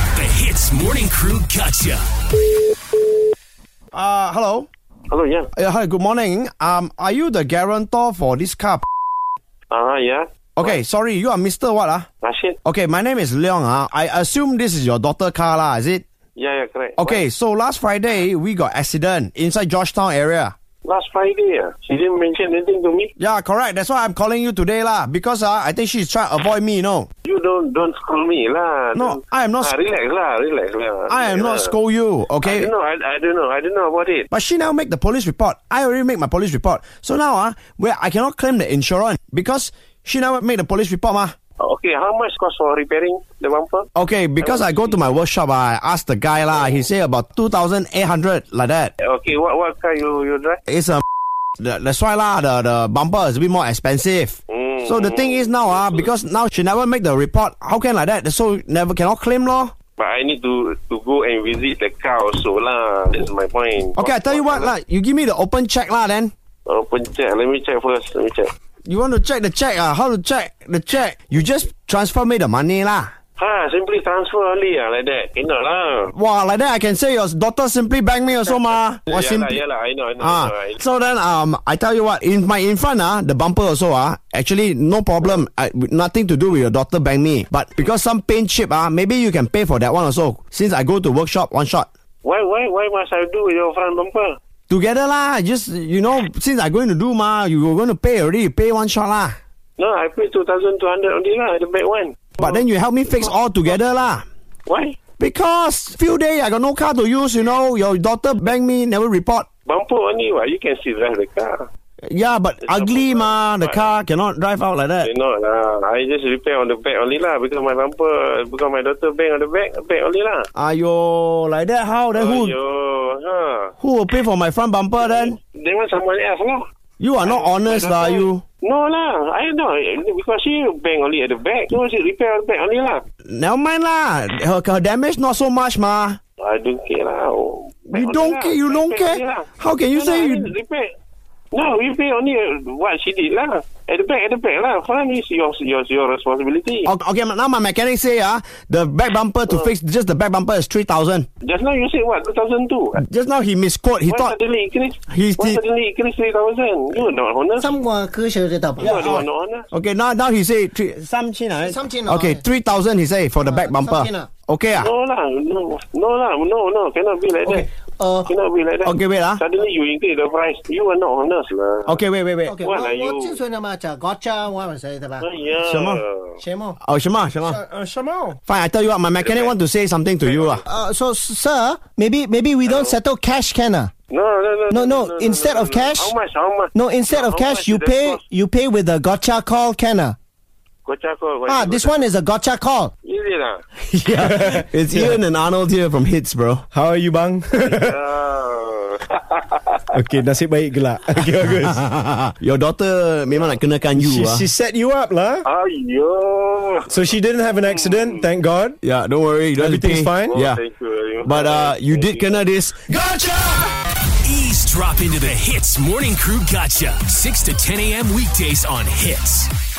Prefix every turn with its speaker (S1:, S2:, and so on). S1: Holmberg's Morning Crew Gotcha.
S2: Uh, hello.
S3: Hello, ya. yeah.
S2: Uh, hi, good morning. Um, are you the guarantor for this car?
S3: Uh, yeah.
S2: Okay, sorry, you are Mr. What? Ah?
S3: Rashid.
S2: Okay, my name is Leong. Ah, I assume this is your daughter car, lah, is it?
S3: Yeah, yeah, Ya, correct.
S2: Okay, so last Friday, we got accident inside Georgetown area.
S3: What? Last Friday, uh, she didn't mention anything to me.
S2: Yeah, correct. That's why I'm calling you today, lah. Because uh, I think she's trying to avoid me, you know.
S3: You don't don't scold me, lah.
S2: No,
S3: Don't-
S2: I am not
S3: Ah,
S2: sc-
S3: relax, lah, relax, lah.
S2: I am not
S3: Relax, lah.
S2: scold you,
S3: I
S2: okay?
S3: don't know. I, I don't know. I don't know about it.
S2: But she now make the police report. I already make my police report. So now, ah, where I cannot claim the insurance because she now make the police report, mah.
S3: Okay, how much cost for repairing the bumper?
S2: Okay, because I go to my workshop, I asked the guy lah. He say about two thousand eight hundred like that.
S3: Okay, what what car you you drive?
S2: It's a that- that's why lah. The the bumper is a bit more expensive.
S3: Mm.
S2: So the thing is now ah because now she never make the report. How can like that? So never cannot claim law.
S3: But I need to to go and visit the car also, lah. That's my point.
S2: Okay, I tell you what lah. You give me the open check lah. Then
S3: Open check. Let me check first. Let me check.
S2: you want to check the check ah? How to check the check? You just transfer me the money lah.
S3: Ha, simply transfer only, ah, like that. Cannot lah.
S2: Wow, like that I can say your daughter simply bang me also ma. Or
S3: yeah, lah,
S2: Oh, simply.
S3: yeah, lah. I know, I know.
S2: Ah,
S3: I know.
S2: so then um, I tell you what, in my in front ah, the bumper also ah, actually no problem, I, with nothing to do with your daughter bang me, but because some paint chip ah, maybe you can pay for that one also. Since I go to workshop one shot
S3: Why why why must I do your front bumper?
S2: together lah, just you know, since I going to do ma, you were going to pay already, you pay one shot lah.
S3: No, I pay two thousand two hundred only lah, the back one.
S2: But then you help me fix all together lah.
S3: Why?
S2: Because few day I got no car to use, you know, your daughter bang me, never report.
S3: Bumper only what you can still drive the car.
S2: Yeah, but ugly ma, the
S3: Right.
S2: car cannot drive out like that.
S3: You know lah. I just repair on the back only lah because my bumper because my daughter bang on the back back only lah.
S2: Ayo, like that how?
S3: Oh,
S2: Then who?
S3: Ayo, huh.
S2: Who will pay for my front bumper then?
S3: They want someone else lah.
S2: You are not honest, lah, you.
S3: No lah, I know because she bang only at the back. So she repair on the back only lah.
S2: Never mind, lah. Her, her damage not so much, ma.
S3: I don't care lah. Oh, back
S2: You
S3: only
S2: don't
S3: lah.
S2: care- you
S3: Back
S2: don't
S3: back
S2: care?
S3: only lah.
S2: How can you
S3: no,
S2: say
S3: no, I
S2: you-
S3: mean repair? No, repair only uh, what she did lah. At the back, at the back lah. Front is your your your responsibility.
S2: Okay, okay, now my mechanic say, ah, the back bumper to fix just the back bumper is three thousand.
S3: Just now you said what? 2002? Why
S2: Just now he misquote. He thought
S3: suddenly increase?
S2: He
S3: Why
S2: did-
S3: suddenly increase 3,000? You are not honest.
S4: Some uh, crucial data
S3: you are
S4: point.
S3: the one not honest.
S2: okay. Now, now he say three, something, ah.
S4: Something,
S2: Okay,
S4: ah.
S2: three thousand. He say for the
S4: Ah,
S2: back bumper.
S4: something, ah.
S2: Okay, ah.
S3: No lah, no, no lah, no, no, cannot be like
S4: Okay.
S3: that.
S4: Uh,
S3: Cannot be like that.
S2: Okay, wait ah. Oh.
S3: Suddenly you increase the price. You are not honest lah.
S2: Okay, wait, wait, wait.
S4: okay.
S3: What are
S4: What
S3: you-
S4: 我我之前嘛就 gotcha，我咪使得吧。
S3: Oh, yeah.
S2: Some more.
S4: 什么？
S2: Oh, Shema, Shema.
S4: 呃什么？
S2: Fine, I tell you what, my mechanic want to say something to you, ah.
S4: Uh, so sir, maybe maybe we don't settle cash, can ah?
S3: No, no, no,
S4: No, no, instead of cash-
S3: How much? How much?
S4: No, instead
S3: No,
S4: of
S3: how
S4: cash,
S3: much
S4: you
S3: did that
S4: pay
S3: cost?
S4: you pay with a gotcha call, can ah?
S3: Gotcha call.
S4: Ah, this one is a gotcha call.
S3: Easy lah.
S2: yeah, it's Ian and Arnold here from Hits, bro.
S5: How are you bang?
S3: Ah.
S5: okay, nasib baik gelak. Okay, bagus.
S2: Your daughter memang nak kenakan you,
S5: she,
S2: ah.
S5: she set you up lah.
S3: Ayo.
S5: So she didn't have an accident, thank God.
S2: Yeah, don't worry. You don't have to
S5: Everything's
S2: pay.
S5: fine?
S3: Oh,
S2: Yeah.
S3: thank you very much.
S2: But uh, you did gonna this.
S1: Eavesdrop into the Hits Morning Crew Gotcha. 6 to 10 a.m. weekdays on Hits.